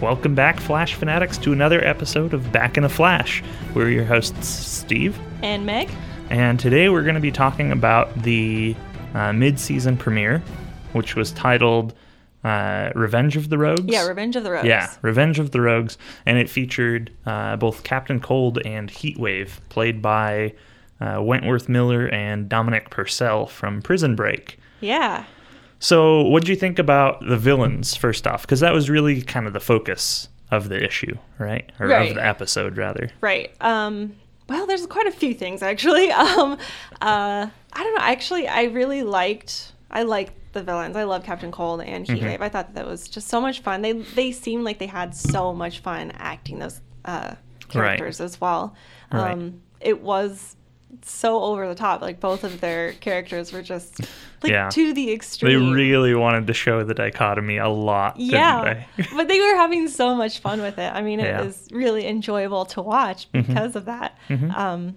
Welcome back, Flash fanatics, to another episode of Back in the Flash. We're your hosts, Steve, And Meg? and today we're going to be talking about the uh, mid-season premiere, which was titled uh, "Revenge of the Rogues." Yeah, Revenge of the Rogues. Yeah, Revenge of the Rogues, and it featured uh, both Captain Cold and Heatwave, played by uh, Wentworth Miller and Dominic Purcell from Prison Break. Yeah. So, what would you think about the villains first off? Because that was really kind of the focus of the issue, right? Or Right. of the episode, rather. Right. Um, well, there's quite a few things actually. Um, uh, I don't know. Actually, I really liked. I liked the villains. I love Captain Cold and Heatwave. Mm-hmm. I thought that was just so much fun. They they seemed like they had so much fun acting those uh, characters as well. Um, Right. It was so over the top. Like both of their characters were just like Yeah. to the They extreme. really wanted to show the dichotomy a lot, didn't Yeah, they? but they were having so much fun with it. I mean, it Yeah. Mm-hmm. was really enjoyable to watch because of that. Um,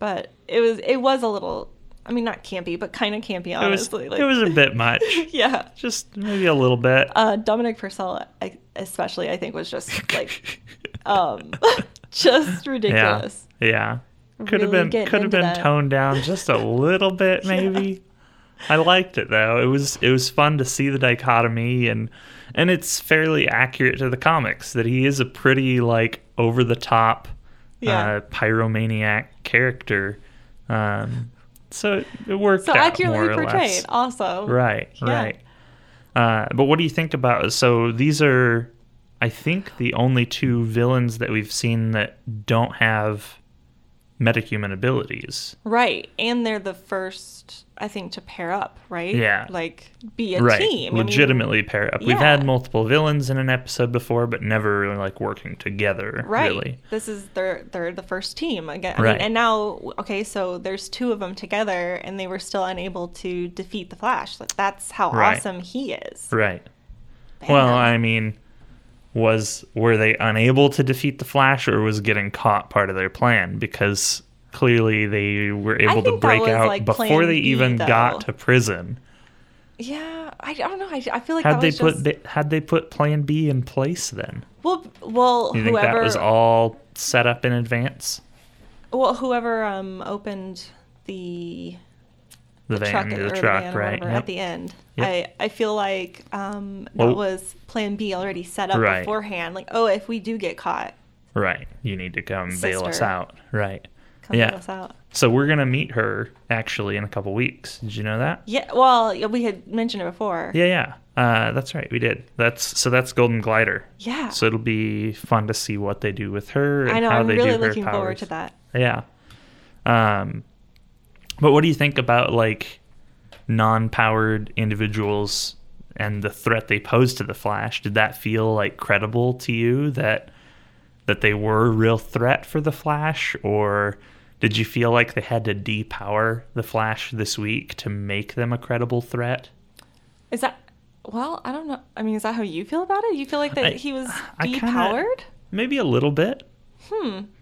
but it was it was a little, I mean, not campy, but kind of campy, It was, honestly. like, it was a bit much. yeah. Just maybe a little bit. Uh, Dominic Purcell, I, especially, I think was just like, um, just ridiculous. Yeah. Yeah. Could have Really been getting could have into been that. toned down just a little bit maybe. I liked it though. It was it was fun to see the dichotomy and and it's fairly accurate to the comics that he is a pretty like over the top Yeah. uh, pyromaniac character. Um so it, it worked So out accurately more or portrayed, less. also. Right, Yeah. right. Uh, but what do you think about? So these are, I think, the only two villains that we've seen that don't have metahuman abilities. Right. And they're the first, I think, to pair up, right? Yeah. Like be a right, team. I mean, legitimately pair up. We've had Yeah. multiple villains in an episode before, but never like working together. Right. Really. This is their they're the first team again. I Right. mean, and now okay, so there's two of them together and they were still unable to defeat the Flash. Like that's how Right. awesome he is. Right. Well, Bam. I mean, was were they unable to defeat the Flash, or was getting caught part of their plan? Because clearly they were able to think that break was, out like, before plan they B, even got though. to prison. yeah, I don't know. I, I feel like Had that they was put just, they, had they put Plan B in place then? well, well, You think whoever that was all set up in advance? well, whoever um opened the The, van, truck, the or truck, van or right? whatever Yep. at the end. Yep. I I feel like um that Well- was Plan B already set up Right. beforehand. Like oh, if we do get caught, Right. You need to come bail us Sister. out. Right. come Yeah. yeah. us out. So we're gonna meet her actually in a couple weeks. Did you know that? Yeah, well, yeah, we had mentioned it before. Yeah, yeah. Uh, that's right. We did. That's so. That's Golden Glider. Yeah. So it'll be fun to see what they do with her and I know. how I'm they do really her looking powers. forward to that. Yeah. Um, but what do you think about like non-powered individuals and the threat they pose to the Flash? Did that feel like credible to you that that they were a real threat for the Flash, or did you feel like they had to depower the Flash this week to make them a credible threat? Is that well? I don't know. I mean, is that how you feel about it? You feel like that I- he was I kinda- depowered? Hmm. Maybe a little bit.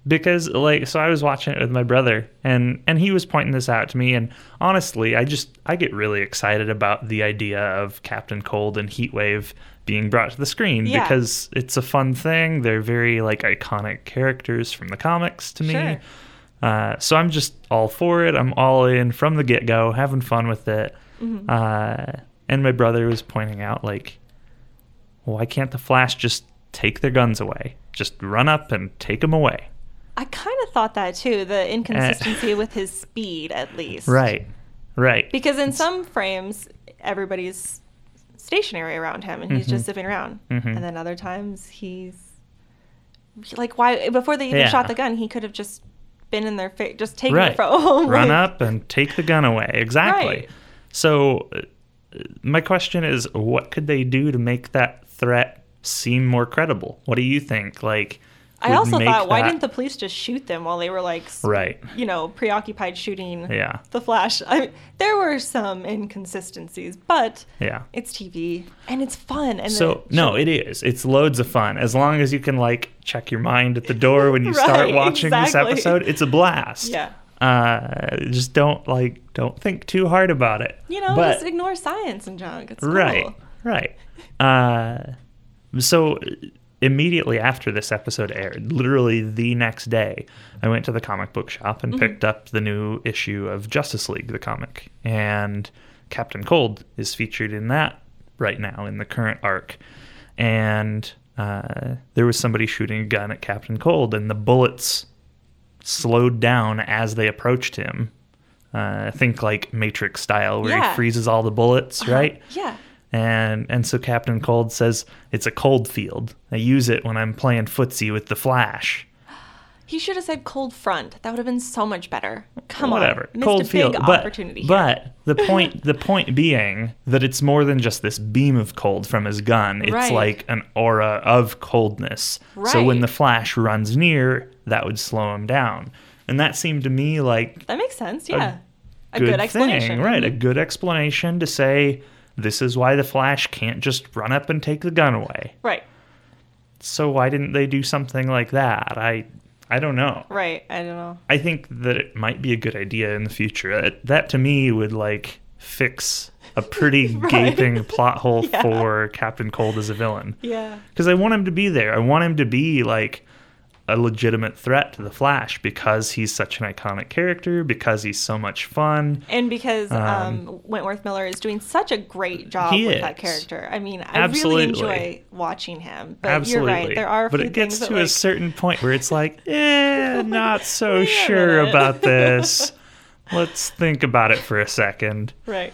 Because like so I was watching it with my brother and and he was pointing this out to me and honestly I just I get really excited about the idea of Captain Cold and Heatwave being brought to the screen Yeah. because it's a fun thing. They're very like iconic characters from the comics to me. Sure. Uh, so I'm just all for it. I'm all in from the get go, having fun with it. Mm-hmm. Uh, and my brother was pointing out, like, why can't the Flash just take their guns away? Just run up and take them away. I kind of thought that too. The inconsistency with his speed, at least. Eh. Right. Right. Because in some frames, everybody's stationary around him, and he's Mm-hmm. just zipping around. And then other times, he's like, why? Before they even Yeah. shot the gun, he could have just been in their face, just taken Right. it from him. Run like- up and take the gun away. Exactly. Right. So, uh, my question is, what could they do to make that threat seem more credible? What do you think? Like, I would also make thought, why that- didn't the police just shoot them while they were like, s- right? you know, preoccupied shooting Yeah. the Flash? I, there were some inconsistencies, but Yeah. it's TV and it's fun. And So the- no, it is. It's loads of fun as long as you can like check your mind at the door when you start Right, watching this exactly. episode. It's a blast. yeah, Uh, just don't like don't think too hard about it. you know, But- just ignore science and junk. It's right, cool. right. Uh, so immediately after this episode aired, literally the next day, I went to the comic book shop and picked up the new issue of Justice League, the comic. And Captain Cold is featured in that right now in the current arc. And uh, there was somebody shooting a gun at Captain Cold, and the bullets slowed down as they approached him. Uh, I think like Matrix style, where Yeah. Uh-huh. he freezes all the bullets, right? Yeah. And and so Captain Cold says it's a cold field. I use it when I'm playing footsie with the Flash. He should have said cold front. That would have been so much better. Come Whatever. on. Missed cold a big field. But, opportunity. here. but the point the point being that it's more than just this beam of cold from his gun. It's Right. like an aura of coldness. So when Right. the Flash runs near, that would slow him down. And that seemed to me like that makes sense. Yeah. A, good, good, explanation. thing, right? A Mhm. good explanation to say this is why the Flash can't just run up and take the gun away. Right. So why didn't they do something like that? I I don't know. Right. I don't know. I think that it might be a good idea in the future. That, that to me would like fix a pretty Right. gaping plot hole Yeah. for Captain Cold as a villain. Yeah. Because I want him to be there. I want him to be like a legitimate threat to the Flash because he's such an iconic character, because he's so much fun. And because um, Wentworth Miller is doing such a great job He with that is. character. I mean, I Absolutely. really enjoy watching him. But Absolutely. you're right. There are a but few it gets things to that, a like, certain point where it's like, eh, not so Wait a sure minute. about this. Let's think about it for a second. right.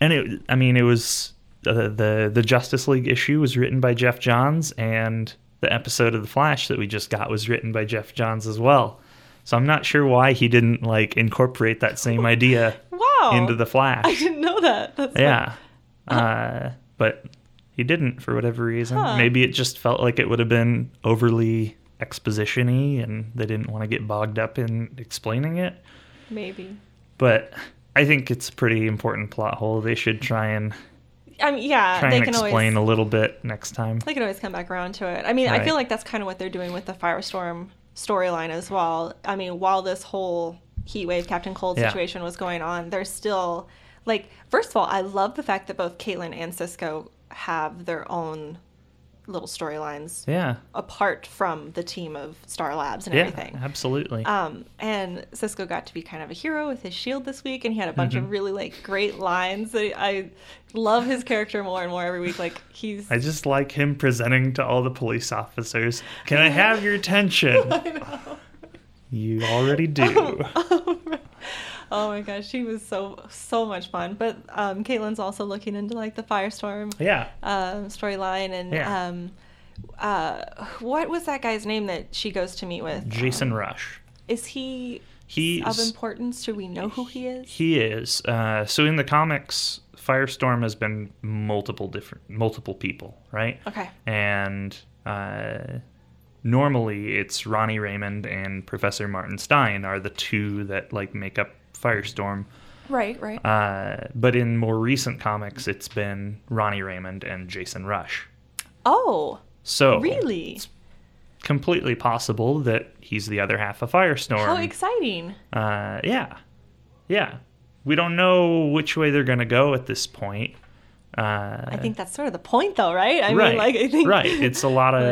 and it i mean it was uh, the the justice league issue was written by jeff johns and the episode of the flash that we just got was written by jeff johns as well so i'm not sure why he didn't like incorporate that same idea Wow. into the I flash didn't know that. That's yeah uh, but he didn't for whatever reason Huh. maybe it just felt like it would have been overly expositiony and they didn't want to get bogged up in explaining it like- maybe. but i think it's a pretty important plot hole they should try and I mean, yeah, try Uh, they and can explain always a little bit next time. they can always come back around to it. I mean, I Right. feel like that's kind of what they're doing with the Firestorm storyline as well. I mean, while this whole heat wave Captain Cold Yeah. situation was going on, there's still like first of all, I love the fact that both Caitlin and Cisco have their own little storylines yeah. apart from the team of Star Labs and Yeah. everything. Absolutely. Um, and Cisco got to be kind of a hero with his shield this week, and he had a bunch Mm-hmm. of really like great lines. I, I love his character more and more every week. Like he's I just like him presenting to all the police officers. Can I have your attention? You already do. Um, oh my gosh, he was so so much fun. But um, Caitlin's also looking into like the firestorm yeah. um, storyline, and Yeah. um, uh, what was that guy's name that she goes to meet with? Um, Jason Rush. Is he of He's importance? Do we know who he is? he is. Uh, so in the comics, Firestorm has been multiple different multiple people, right? Okay, and uh, normally it's Ronnie Raymond and Professor Martin Stein are the two that like make up Firestorm. right, right. Uh, but in more recent comics, it's been Ronnie Raymond and Jason Rush. oh, So really? completely possible that he's the other half of Firestorm. How exciting! Uh, yeah, yeah. We don't know which way they're gonna go at this point. Uh, I think that's sort of the point, though, right? I right, mean, like, I think right. It's a lot of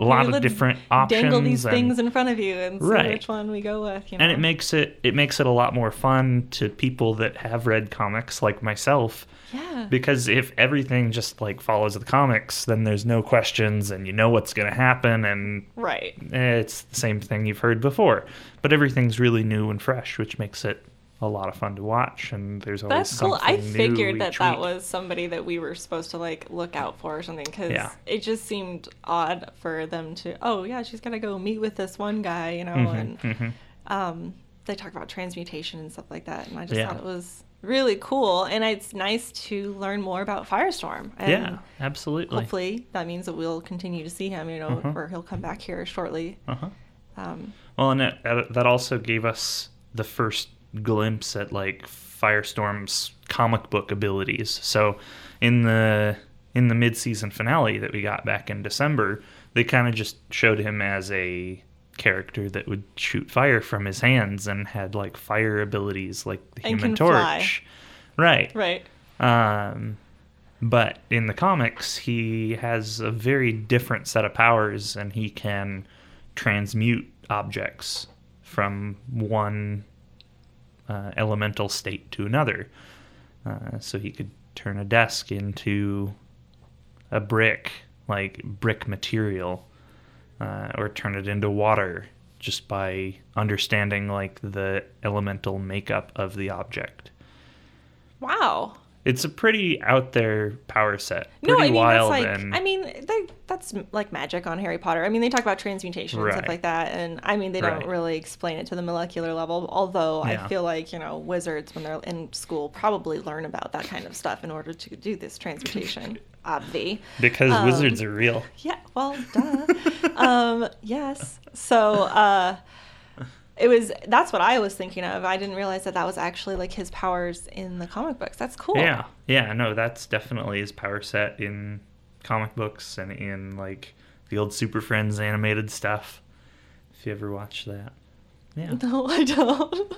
a lot of let's different dangle options these and- things in front of you and see Right. which one we go with. You know? and it makes it it makes it a lot more fun to people that have read comics like myself yeah, because if everything just like follows the comics then there's no questions and you know what's going to happen and right. eh, it's the same thing you've heard before but everything's really new and fresh which makes it a lot of fun to watch and there's always That's cool. I something new figured that each that week. was somebody that we were supposed to like look out for or something because Yeah. it just seemed odd for them to. Oh yeah, she's gotta go meet with this one guy, you know, and Mhm. um, they talk about transmutation and stuff like that, and I just Yeah. thought it was really cool. And it's nice to learn more about Firestorm. And yeah absolutely Hopefully, that means that we'll continue to see him, you know, Mhm. or he'll come back here shortly. uh-huh Um, Well, and it, that that also gave us the first glimpse at like Firestorm's comic book abilities. So, in the in the mid season finale that we got back in December, they kind of just showed him as a character that would shoot fire from his hands and had like fire abilities, like the And Human can fly. Torch, right? right. Um, But in the comics, he has a very different set of powers and he can transmute objects from one uh, elemental state to another. Uh, so he could turn a desk into a brick, like brick material, uh, or turn it into water just by understanding like the elemental makeup of the object. Wow. It's a pretty out there power set. Pretty no, I mean wild that's like and I mean they, that's like magic on Harry Potter. I mean they talk about transmutation and Right. stuff like that, and I mean they don't Right. really explain it to the molecular level. Although Yeah. I feel like you know wizards when they're in school probably learn about that kind of stuff in order to do this transmutation. Obvi. because um, wizards are real. Yeah, well, duh. um, yes. So uh, it was. That's what I was thinking of. I didn't realize that that was actually like his powers in the comic books. That's cool. Yeah, yeah, no, that's definitely his power set in comic books and in like the old Super Friends animated stuff. If you ever watch that, yeah. No, I don't.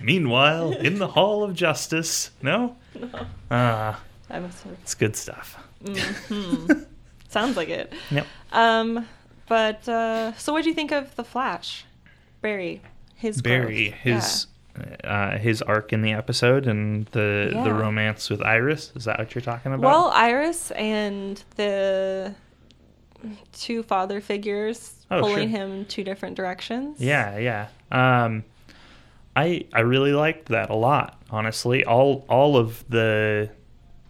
Meanwhile, in the Hall of Justice, no, no. ah, I must have. it's good stuff. Mhm. Sounds like it. Yep. Um, but uh, so what do you think of the Flash, Barry? His growth? Barry, his uh, his arc in the episode and the Yeah. the romance with Iris. Is that what you're talking Yeah. about? Well, Iris and the two father figures Oh, pulling sure. him two different directions. Yeah, yeah. Um, I I really liked that a lot. Honestly, all all of the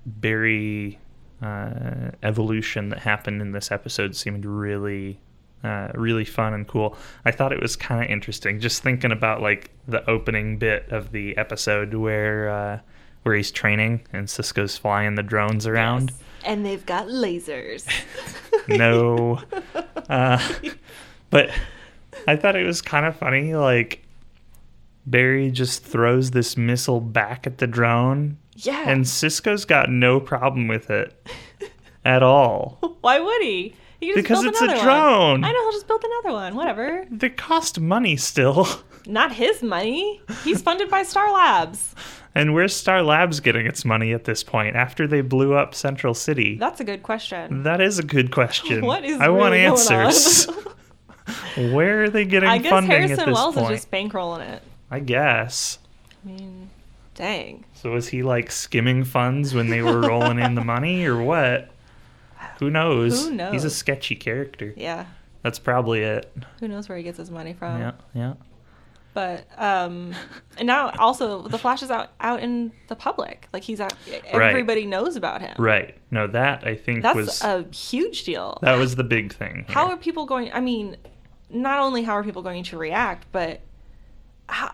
Barry uh, evolution that happened in this episode seemed really uh, really fun and cool. I thought it was kind of interesting. Just thinking about like the opening bit of the episode where uh, where he's training and Cisco's flying the drones around. Yes. And they've got lasers. No. Uh, but I thought it was kind of funny. Like Barry just throws this missile back at the drone, yeah. and Cisco's got no problem with it at all. Why would he? He could just Because build it's a another one. drone. I know he'll just build another one. Whatever. They cost money still. Not his money. He's funded by Star Labs. And where's Star Labs getting its money at this point after they blew up Central City? That's a good question. That is a good question. What is I want really going on? answers. Where are they getting I guess funding at Harrison this Wells point? is just bankrolling it. I guess. I mean, dang. So was he like skimming funds when they were rolling in the money or what? Who knows? Who He's a knows? sketchy character. Yeah. Uh, That's probably it. Who knows where he gets his money from? Yeah, yeah. But um, and now also the Flash is out out in the public. Like he's out. Everybody knows about him. Right. No, that I think That's was a huge deal. that was the big thing. how here. are people going i mean not only how are people going to react but how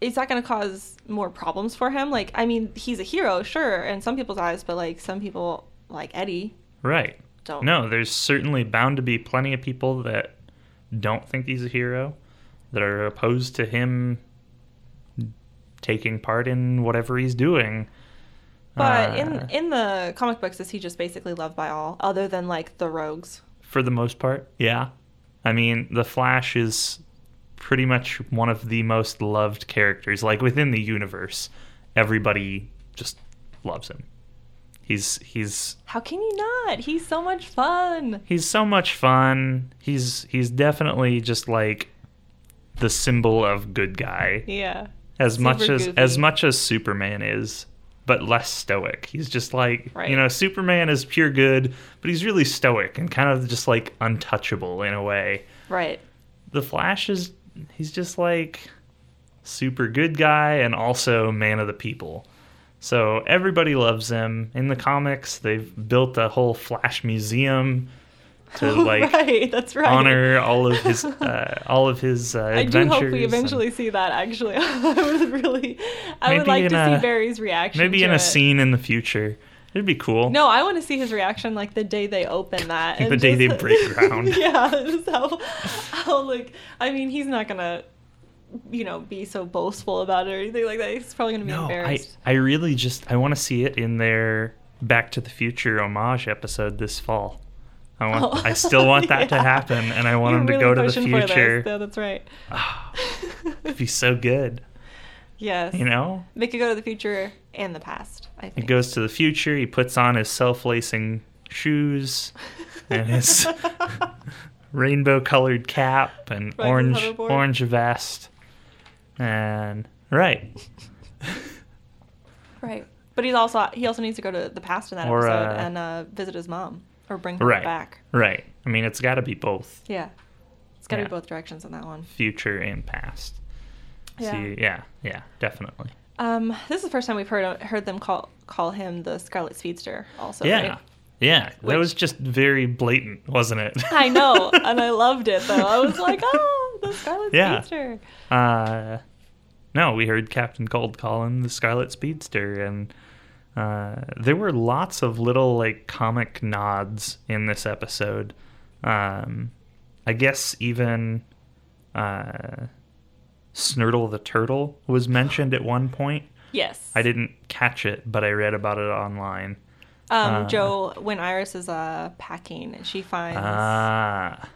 is that going to cause more problems for him like i mean he's a hero sure in some people's eyes but like some people like eddie Right. don't No, there's certainly bound to be plenty of people that don't think he's a hero, that are opposed to him taking part in whatever he's doing. but Uh, in in the comic books is he just basically loved by all other than like the rogues for the most part. Yeah. I mean, the Flash is pretty much one of the most loved characters. Like within the universe, everybody just loves him. He's he's how can you not he's so much fun he's so much fun. He's he's definitely just like the symbol of good guy. yeah As Super much as as goofy. much as Superman is, but less stoic. He's just like Right. you know, Superman is pure good, but he's really stoic and kind of just like untouchable in a way. right the Flash is he's just like super good guy and also man of the people. So everybody loves him. In the comics, they've built a whole Flash museum to like right that's right honor all of his uh, all of his uh, I do adventures. hope we and eventually see that. Actually, I would really, I Maybe would like in to a- see Barry's reaction. maybe to in it. a scene in the future. It'd be cool. No, I want to see his reaction like the day they open that. The and day they break ground. yeah, just how, how like I mean he's not gonna, you know, be so boastful about it or anything like that. He's probably gonna be No, I, embarrassed. I really just I want to see it in their Back to the Future homage episode this fall. I want Oh. I still want that to Yeah. happen, and I want You're him to Ah, really go to the pushing for this. future. Yeah, that's right. It'd be so good. Yes. You know, They could go to the future and the past, I he think. goes to the future. He puts on his self-lacing shoes and his rainbow-colored cap and Rides his orange hoverboard. orange vest. And right, right. But he's also he also needs to go to the past in that Or, episode uh, and uh, visit his mom or bring her right, back. right. I mean, it's got to be both Yeah. It's gotta Yeah. be both directions on that one. future and past. Yeah. See, yeah, yeah, definitely. Um, this is the first time we've heard heard them call call him the Scarlet Speedster. Also, yeah, right? yeah. Which- that was just very blatant, wasn't it? I know, and I loved it though. I was like, oh, the Scarlet Yeah. Speedster. Uh, no, we heard Captain Cold calling the Scarlet Speedster, and uh, there were lots of little like comic nods in this episode. Um, I guess even uh, Snurtle the Turtle was mentioned at one point. Yes, I didn't catch it, but I read about it online. Um, uh, Joe, when Iris is uh packing, and she finds, Ah,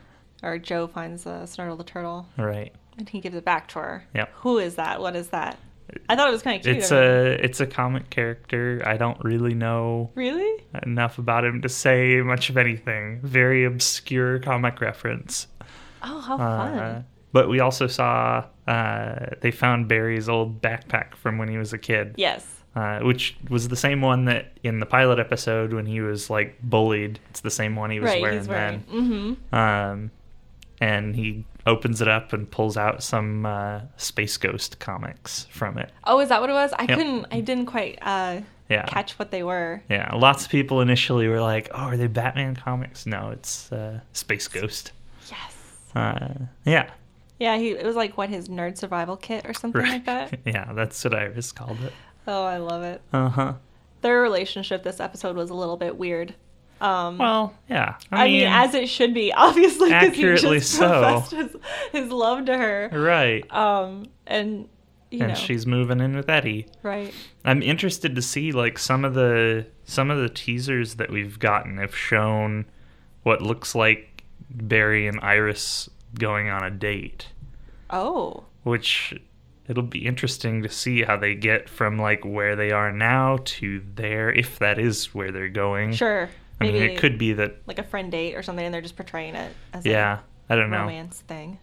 or Joe finds uh, Snartle the turtle, right. and he gives it back to her. Yep. Who is that? What is that? I thought it was kind of cute. It's I mean- a it's a comic character. I don't really know really. enough about him to say much of anything. Very obscure comic reference. Oh, how Uh, fun! but we also saw uh, they found Barry's old backpack from when he was a kid, yes. uh, which was the same one that in the pilot episode when he was like bullied. It's the same one he was Right, wearing he's wearing. then. Mm-hmm. Um, and he opens it up and pulls out some uh, Space Ghost comics from it. Oh, is that what it was? I Yep. couldn't. I didn't quite uh, Yeah. catch what they were. Yeah, lots of people initially were like, "Oh, are they Batman comics?" No, it's uh, Space Ghost. Yes. Uh, yeah, Yeah, he, it was like what his nerd survival kit or something like that. yeah, that's what Iris called it. Oh, I love it. Uh huh. Their relationship this episode was a little bit weird. Um, Well, yeah. I, mean, as it should be, obviously, because he Accurately just so. professed his, his love to her. right, Um, and you and know, she's moving in with Eddie. right. I'm interested to see like some of the some of the teasers that we've gotten have shown what looks like Barry and Iris going on a date. Oh, which it'll be interesting to see how they get from like where they are now to there if that is where they're going sure. Mm-hmm. i mean Maybe it could be that like a friend date or something, and they're just portraying it as yeah i a don't know romance thing.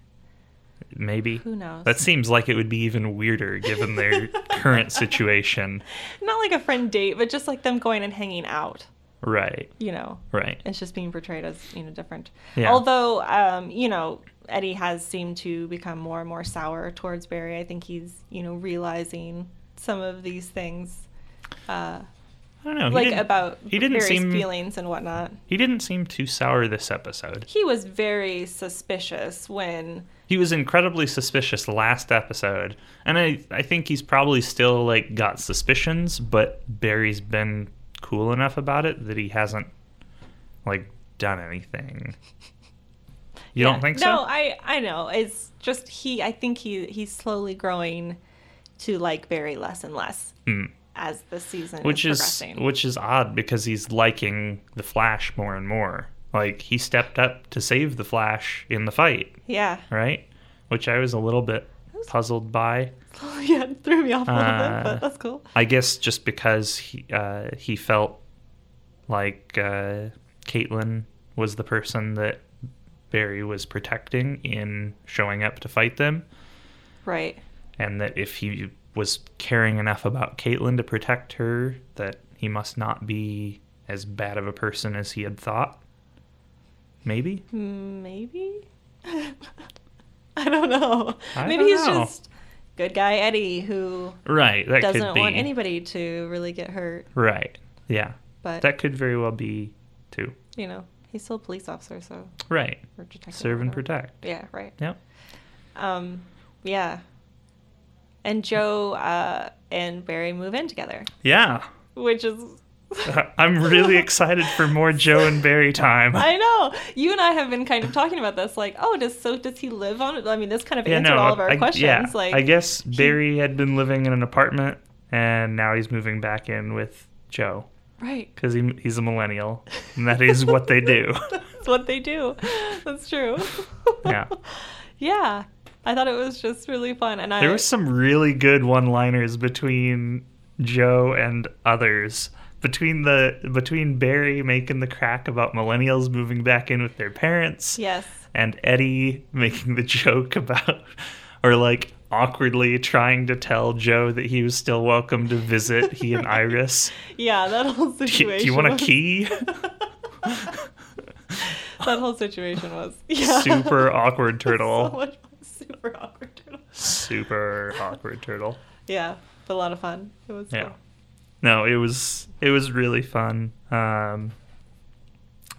maybe Who knows? that seems like it would be even weirder given their current situation Not like a friend date, but just like them going and hanging out. right You know, right it's just being portrayed as you know different. Yeah. Although, um, you know, Eddie has seemed to become more and more sour towards Barry. I think he's you know realizing some of these things, uh, i don't know he like didn't- about he didn't Barry's seem feelings and whatnot. he didn't seem too sour this episode He was very suspicious when he was incredibly suspicious last episode and I, I think he's probably still like got suspicions but barry's been cool enough about it that he hasn't like done anything you Yeah. don't think No, so I I know. It's just he. I think he he's slowly growing to like Barry less and less Mm. as the season which is is progressing. which is odd because he's liking the flash more and more like he stepped up to save the flash in the fight yeah, right which i was a little bit puzzled by yeah, it threw me off a little bit, Uh, but that's cool. I guess just because he uh, he felt like uh, Caitlyn was the person that Barry was protecting in showing up to fight them, Right. and that if he was caring enough about Caitlyn to protect her, that he must not be as bad of a person as he had thought. Maybe. Maybe. I don't know. I Maybe don't he's know. just good guy Eddie who Right. That could doesn't be. want anybody to really get hurt. Right. Yeah. But That could very well be too. you know, he's still a police officer, so Right. or detective. or Serve and whatever. protect. Yeah. Right. Yep. Um, yeah. And Joe uh, and Barry move in together, Yeah. which is. I'm really excited for more Joe and Barry time. I know you and I have been kind of talking about this, like, oh, does so does he live on? it? I mean, this kind of answered all of our I, questions. Yeah, like, I guess Barry had been living in an apartment, and now he's moving back in with Joe right, because he, he's a millennial, and that is what they do. that's what they do. That's true. Yeah. yeah. I thought it was just really fun, and I There was some really good one-liners between Joe and others. Between the between Barry making the crack about millennials moving back in with their parents, yes, and Eddie making the joke about or like awkwardly trying to tell Joe that he was still welcome to visit he and Iris. yeah, that whole Do situation. you, do you want a was- key? That whole situation was yeah. Super awkward so turtle. much super awkward turtle. Super awkward turtle. Yeah, but a lot of fun. It was Yeah. cool. No, it was it was really fun. Um,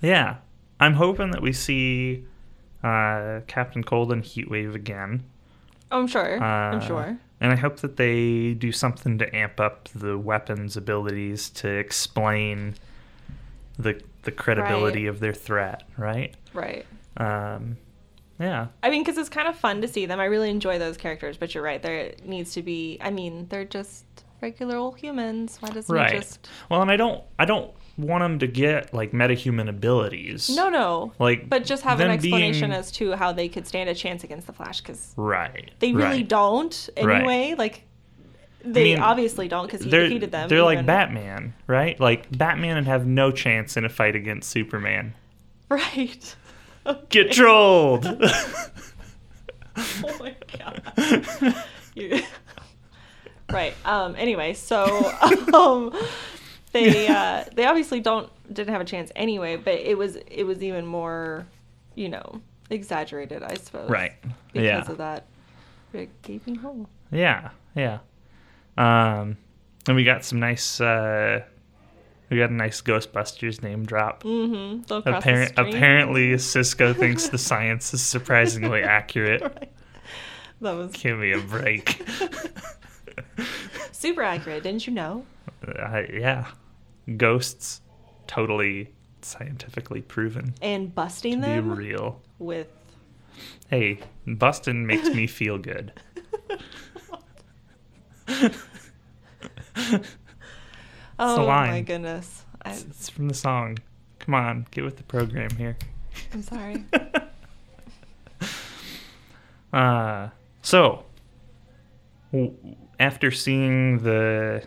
yeah, I'm hoping that we see uh, Captain Cold and Heatwave again. I'm sure. I'm Uh, sure. And I hope that they do something to amp up the weapons' abilities to explain the the credibility Right. of their threat, right? Right. Um, yeah. I mean, because it's kind of fun to see them. I really enjoy those characters, but you're right. There needs to be. I mean, they're just regular old humans. Why doesn't Right. it just? Well, and I don't I don't want them to get like metahuman abilities. No, no. Like, but just have an them explanation being- as to how they could stand a chance against the Flash, because Right. they really right. don't Right. anyway. Like, they mean, obviously don't, because he they're, defeated them. They're like even- Batman, right? Like Batman and have no chance in a fight against Superman. Right. Get Okay. trolled. Oh my god. You- right. Um. Anyway, so um, they uh, they obviously don't didn't have a chance anyway, but it was it was even more, you know, exaggerated, I suppose. Right. Because yeah. of that big gaping hole. Yeah. Yeah. Um, and we got some nice. Uh, we got a nice Ghostbusters name drop. Mm-hmm. Don't cross Apparent, the street. apparently, Cisco thinks the science is surprisingly accurate. Right. That was Give me a break. super accurate. Didn't you know? Uh, yeah. Ghosts, totally scientifically proven And busting to be them real. with. Hey, Boston makes me feel good. Oh my line. goodness. I, It's from the song. Come on, get with the program here. I'm sorry. Uh, so w- after seeing the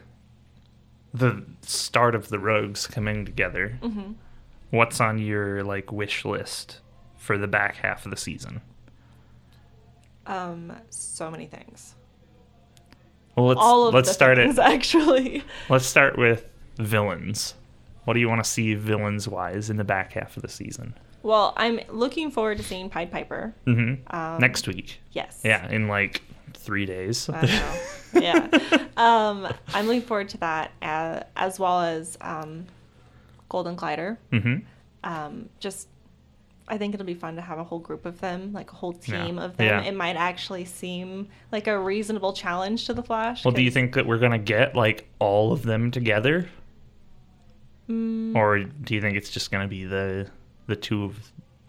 the start of the rogues coming together, hmm what's on your like wish list for the back half of the season? Um, so many things. Well, let's All of let's the start things, it. actually. Let's start with villains. What do you want to see villains wise in the back half of the season? Well, I'm looking forward to seeing Pied Piper. hmm Um, Next week. Yes. Yeah, in like three days. I know. yeah. Um, I'm looking forward to that as, as well as um, Golden Glider. hmm Um, just, I think it'll be fun to have a whole group of them, like a whole Yeah. team of them. Yeah. It might actually seem like a reasonable challenge to the Flash. Well, do you 'cause- think that we're gonna get like all of them together, Mm, or do you think it's just gonna be the the two of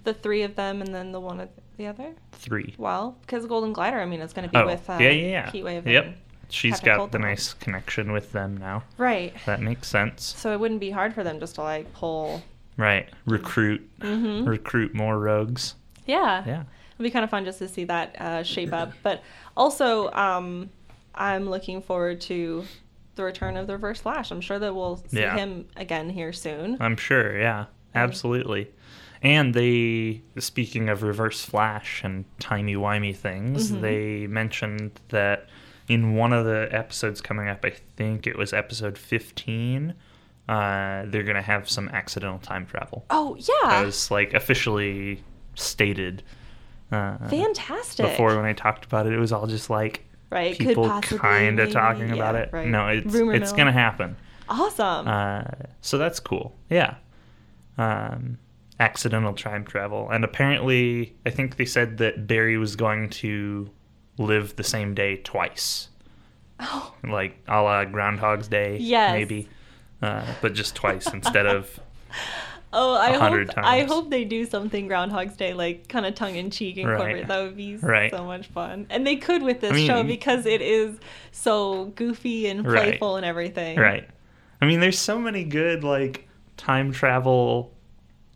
the three of them and then the one of the other? three? Well, because Golden Glider, I mean, it's going to be oh, with uh, yeah, yeah, yeah. Heatwave. Yep, and- she's Captain got Cold the One. nice connection with them now. Right. That makes sense, So it wouldn't be hard for them just to like pull. right? Recruit, Mhm. recruit more rogues. Yeah. Yeah. It'll be kind of fun just to see that uh, shape up. But also, um, I'm looking forward to the return of the Reverse Flash. I'm sure that we'll see Yeah. him again here soon. I'm sure, yeah. Absolutely. And they, speaking of reverse flash and timey wimey things, Mhm. they mentioned that in one of the episodes coming up, I think it was episode 15, uh, they're going to have some accidental time travel. oh yeah! That was like officially stated. Uh, Fantastic. Before when I talked about it, it was all just like right? Could people possibly kind of maybe- talking yeah, about it. right. No, it's Rumor it's mill. going to happen. Awesome. Uh, so that's cool. Yeah. Um, accidental time travel. And apparently, I think they said that Barry was going to live the same day twice, oh, like a la Groundhog's Day, Yes. maybe, uh, but just twice instead of. oh, I hope 100 I times. hope they do something Groundhog's Day, like kind of tongue in cheek incorporate. Right. That would be Right. so much fun, and they could with this I show mean- because it is so goofy and Right. playful and everything. Right. I mean, there's so many good, like, time travel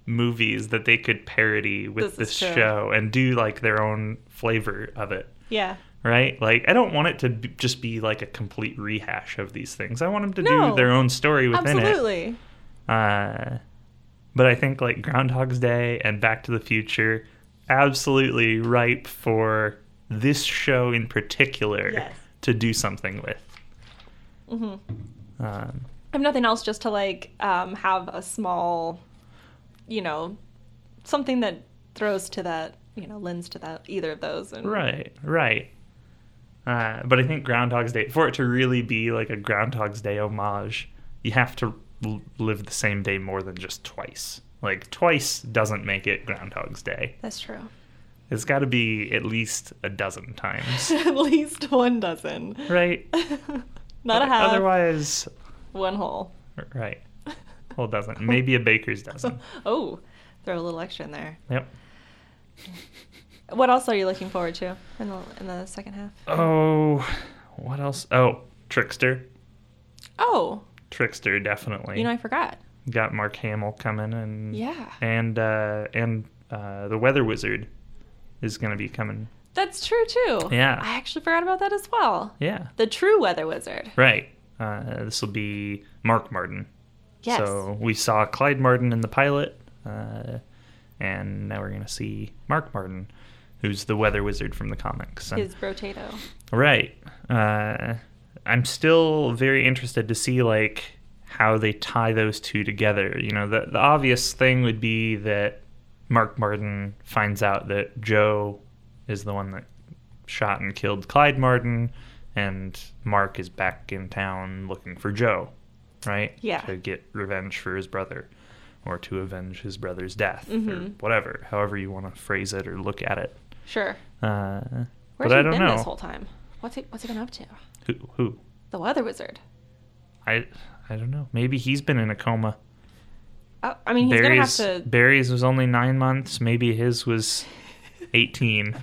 movies that they could parody with This this, is true. show and do, like, their own flavor of it. Yeah. right? Like, I don't want it to b- just be like a complete rehash of these things. I want them to No. do their own story within it. Absolutely. Uh, but I think like Groundhog's Day and Back to the Future, absolutely ripe for this show in particular Yes. to do something with. Mm-hmm. Um, I have nothing else just to like um, have a small, you know, something that throws to that, you know, lends to that either of those. And Right, right. Uh, but I think Groundhog's Day, for it to really be like a Groundhog's Day homage, you have to l- live the same day more than just twice. Like, twice doesn't make it Groundhog's Day. That's true. It's got to be at least a dozen times, At least one dozen. right? Not a half. Otherwise, One whole. right. Well, doesn't. Maybe a baker's dozen. Oh, throw a little extra in there. Yep. What else are you looking forward to in the in the second half? Oh, what else? Oh, Trickster. Oh, Trickster, definitely. you know I forgot. got Mark Hamill coming and Yeah. and uh, and uh, the Weather Wizard is going to be coming. That's true too. Yeah. I actually forgot about that as well. Yeah, The true weather wizard. right. Uh, this will be Mark Martin. Yes. So we saw Clyde Martin in the pilot, uh, and now we're going to see Mark Martin, who's the Weather Wizard from the comics. And- His rotato. Right. Uh, I'm still very interested to see like how they tie those two together. You know, the the obvious thing would be that Mark Martin finds out that Joe is the one that shot and killed Clyde Martin, and Mark is back in town looking for Joe, right? Yeah. To get revenge for his brother, or to avenge his brother's death, or Mhm. whatever, however you want to phrase it or look at it. Sure. Uh, but Where's he I don't been know this whole time? What's he What's he been up to? who who The weather wizard. I I don't know. Maybe he's been in a coma. Oh, I mean, he's Barry's gonna have to. Barry's was only nine months. Maybe his was eighteen.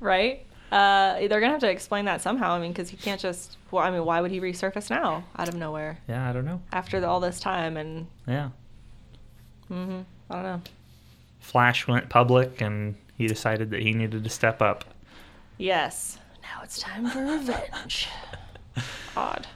right? Uh, they're gonna have to explain that somehow. I mean, because he can't just. Well, I mean, why would he resurface now out of nowhere yeah, I don't know. after all this time? And Yeah, hmm I don't know. Flash went public, and he decided that he needed to step up. Yes. Now it's time for revenge. Odd.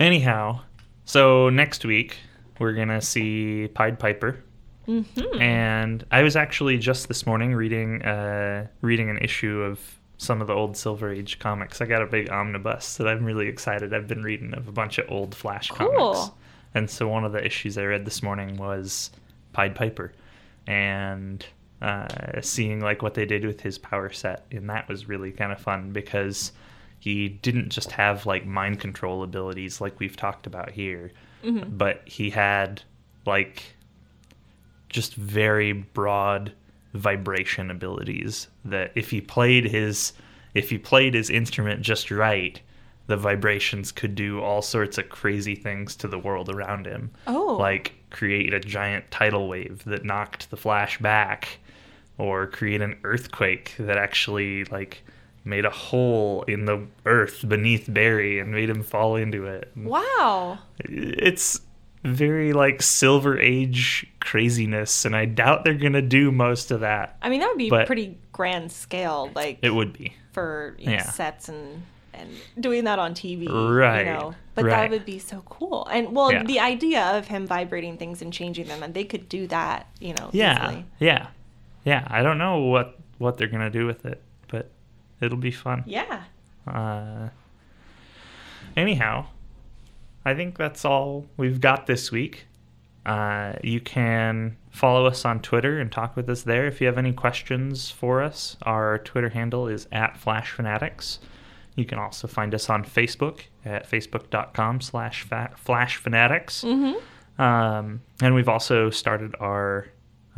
Anyhow, so next week we're gonna see Pied Piper. Mm-hmm. and I was actually just this morning reading uh, reading an issue of some of the old Silver Age comics. I got a big omnibus that I'm really excited. I've been reading of a bunch of old Flash comics, Cool. and so one of the issues I read this morning was Pied Piper, and uh, seeing like what they did with his power set, and that was really kind of fun because he didn't just have like mind control abilities like we've talked about here, but he had like just very broad vibration abilities that if he played his if he played his instrument just right the vibrations could do all sorts of crazy things to the world around him Oh. like create a giant tidal wave that knocked the flash back or create an earthquake that actually like made a hole in the earth beneath Barry and made him fall into it Wow. it's very like silver age craziness and i doubt they're gonna do most of that I mean, that would be But- pretty grand scale, like it would be for you know, yeah. sets and and doing that on TV, Right, You know, but right. that would be so cool. And well, Yeah. the idea of him vibrating things and changing them, and they could do that, you know, yeah easily. yeah yeah i don't know what what they're gonna do with it but it'll be fun Yeah. uh anyhow i think that's all we've got this week uh, you can follow us on Twitter and talk with us there. If you have any questions for us, our Twitter handle is at Flash Fanatics. You can also find us on Facebook at facebook.com slash fa- Flash Fanatics. Um, and we've also started our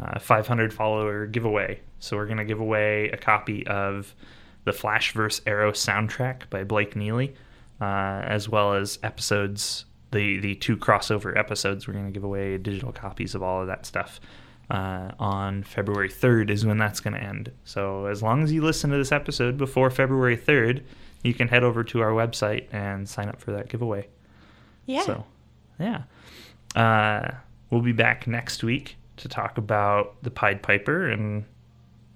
uh, 500 follower giveaway. So we're going to give away a copy of the Flashverse Arrow soundtrack by Blake Neely, uh, as well as episodes, the, the two crossover episodes. We're going to give away digital copies of all of that stuff. Uh, on February 3rd is when that's going to end. So, as long as you listen to this episode before February 3rd, you can head over to our website and sign up for that giveaway. Yeah. So, yeah. Uh, we'll be back next week to talk about the Pied Piper and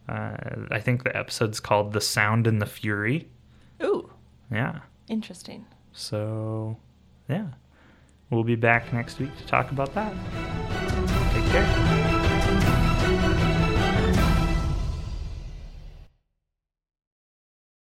Uh, I think the episode's called "The Sound and the Fury." Ooh, Yeah. interesting. So, yeah, we'll be back next week to talk about that.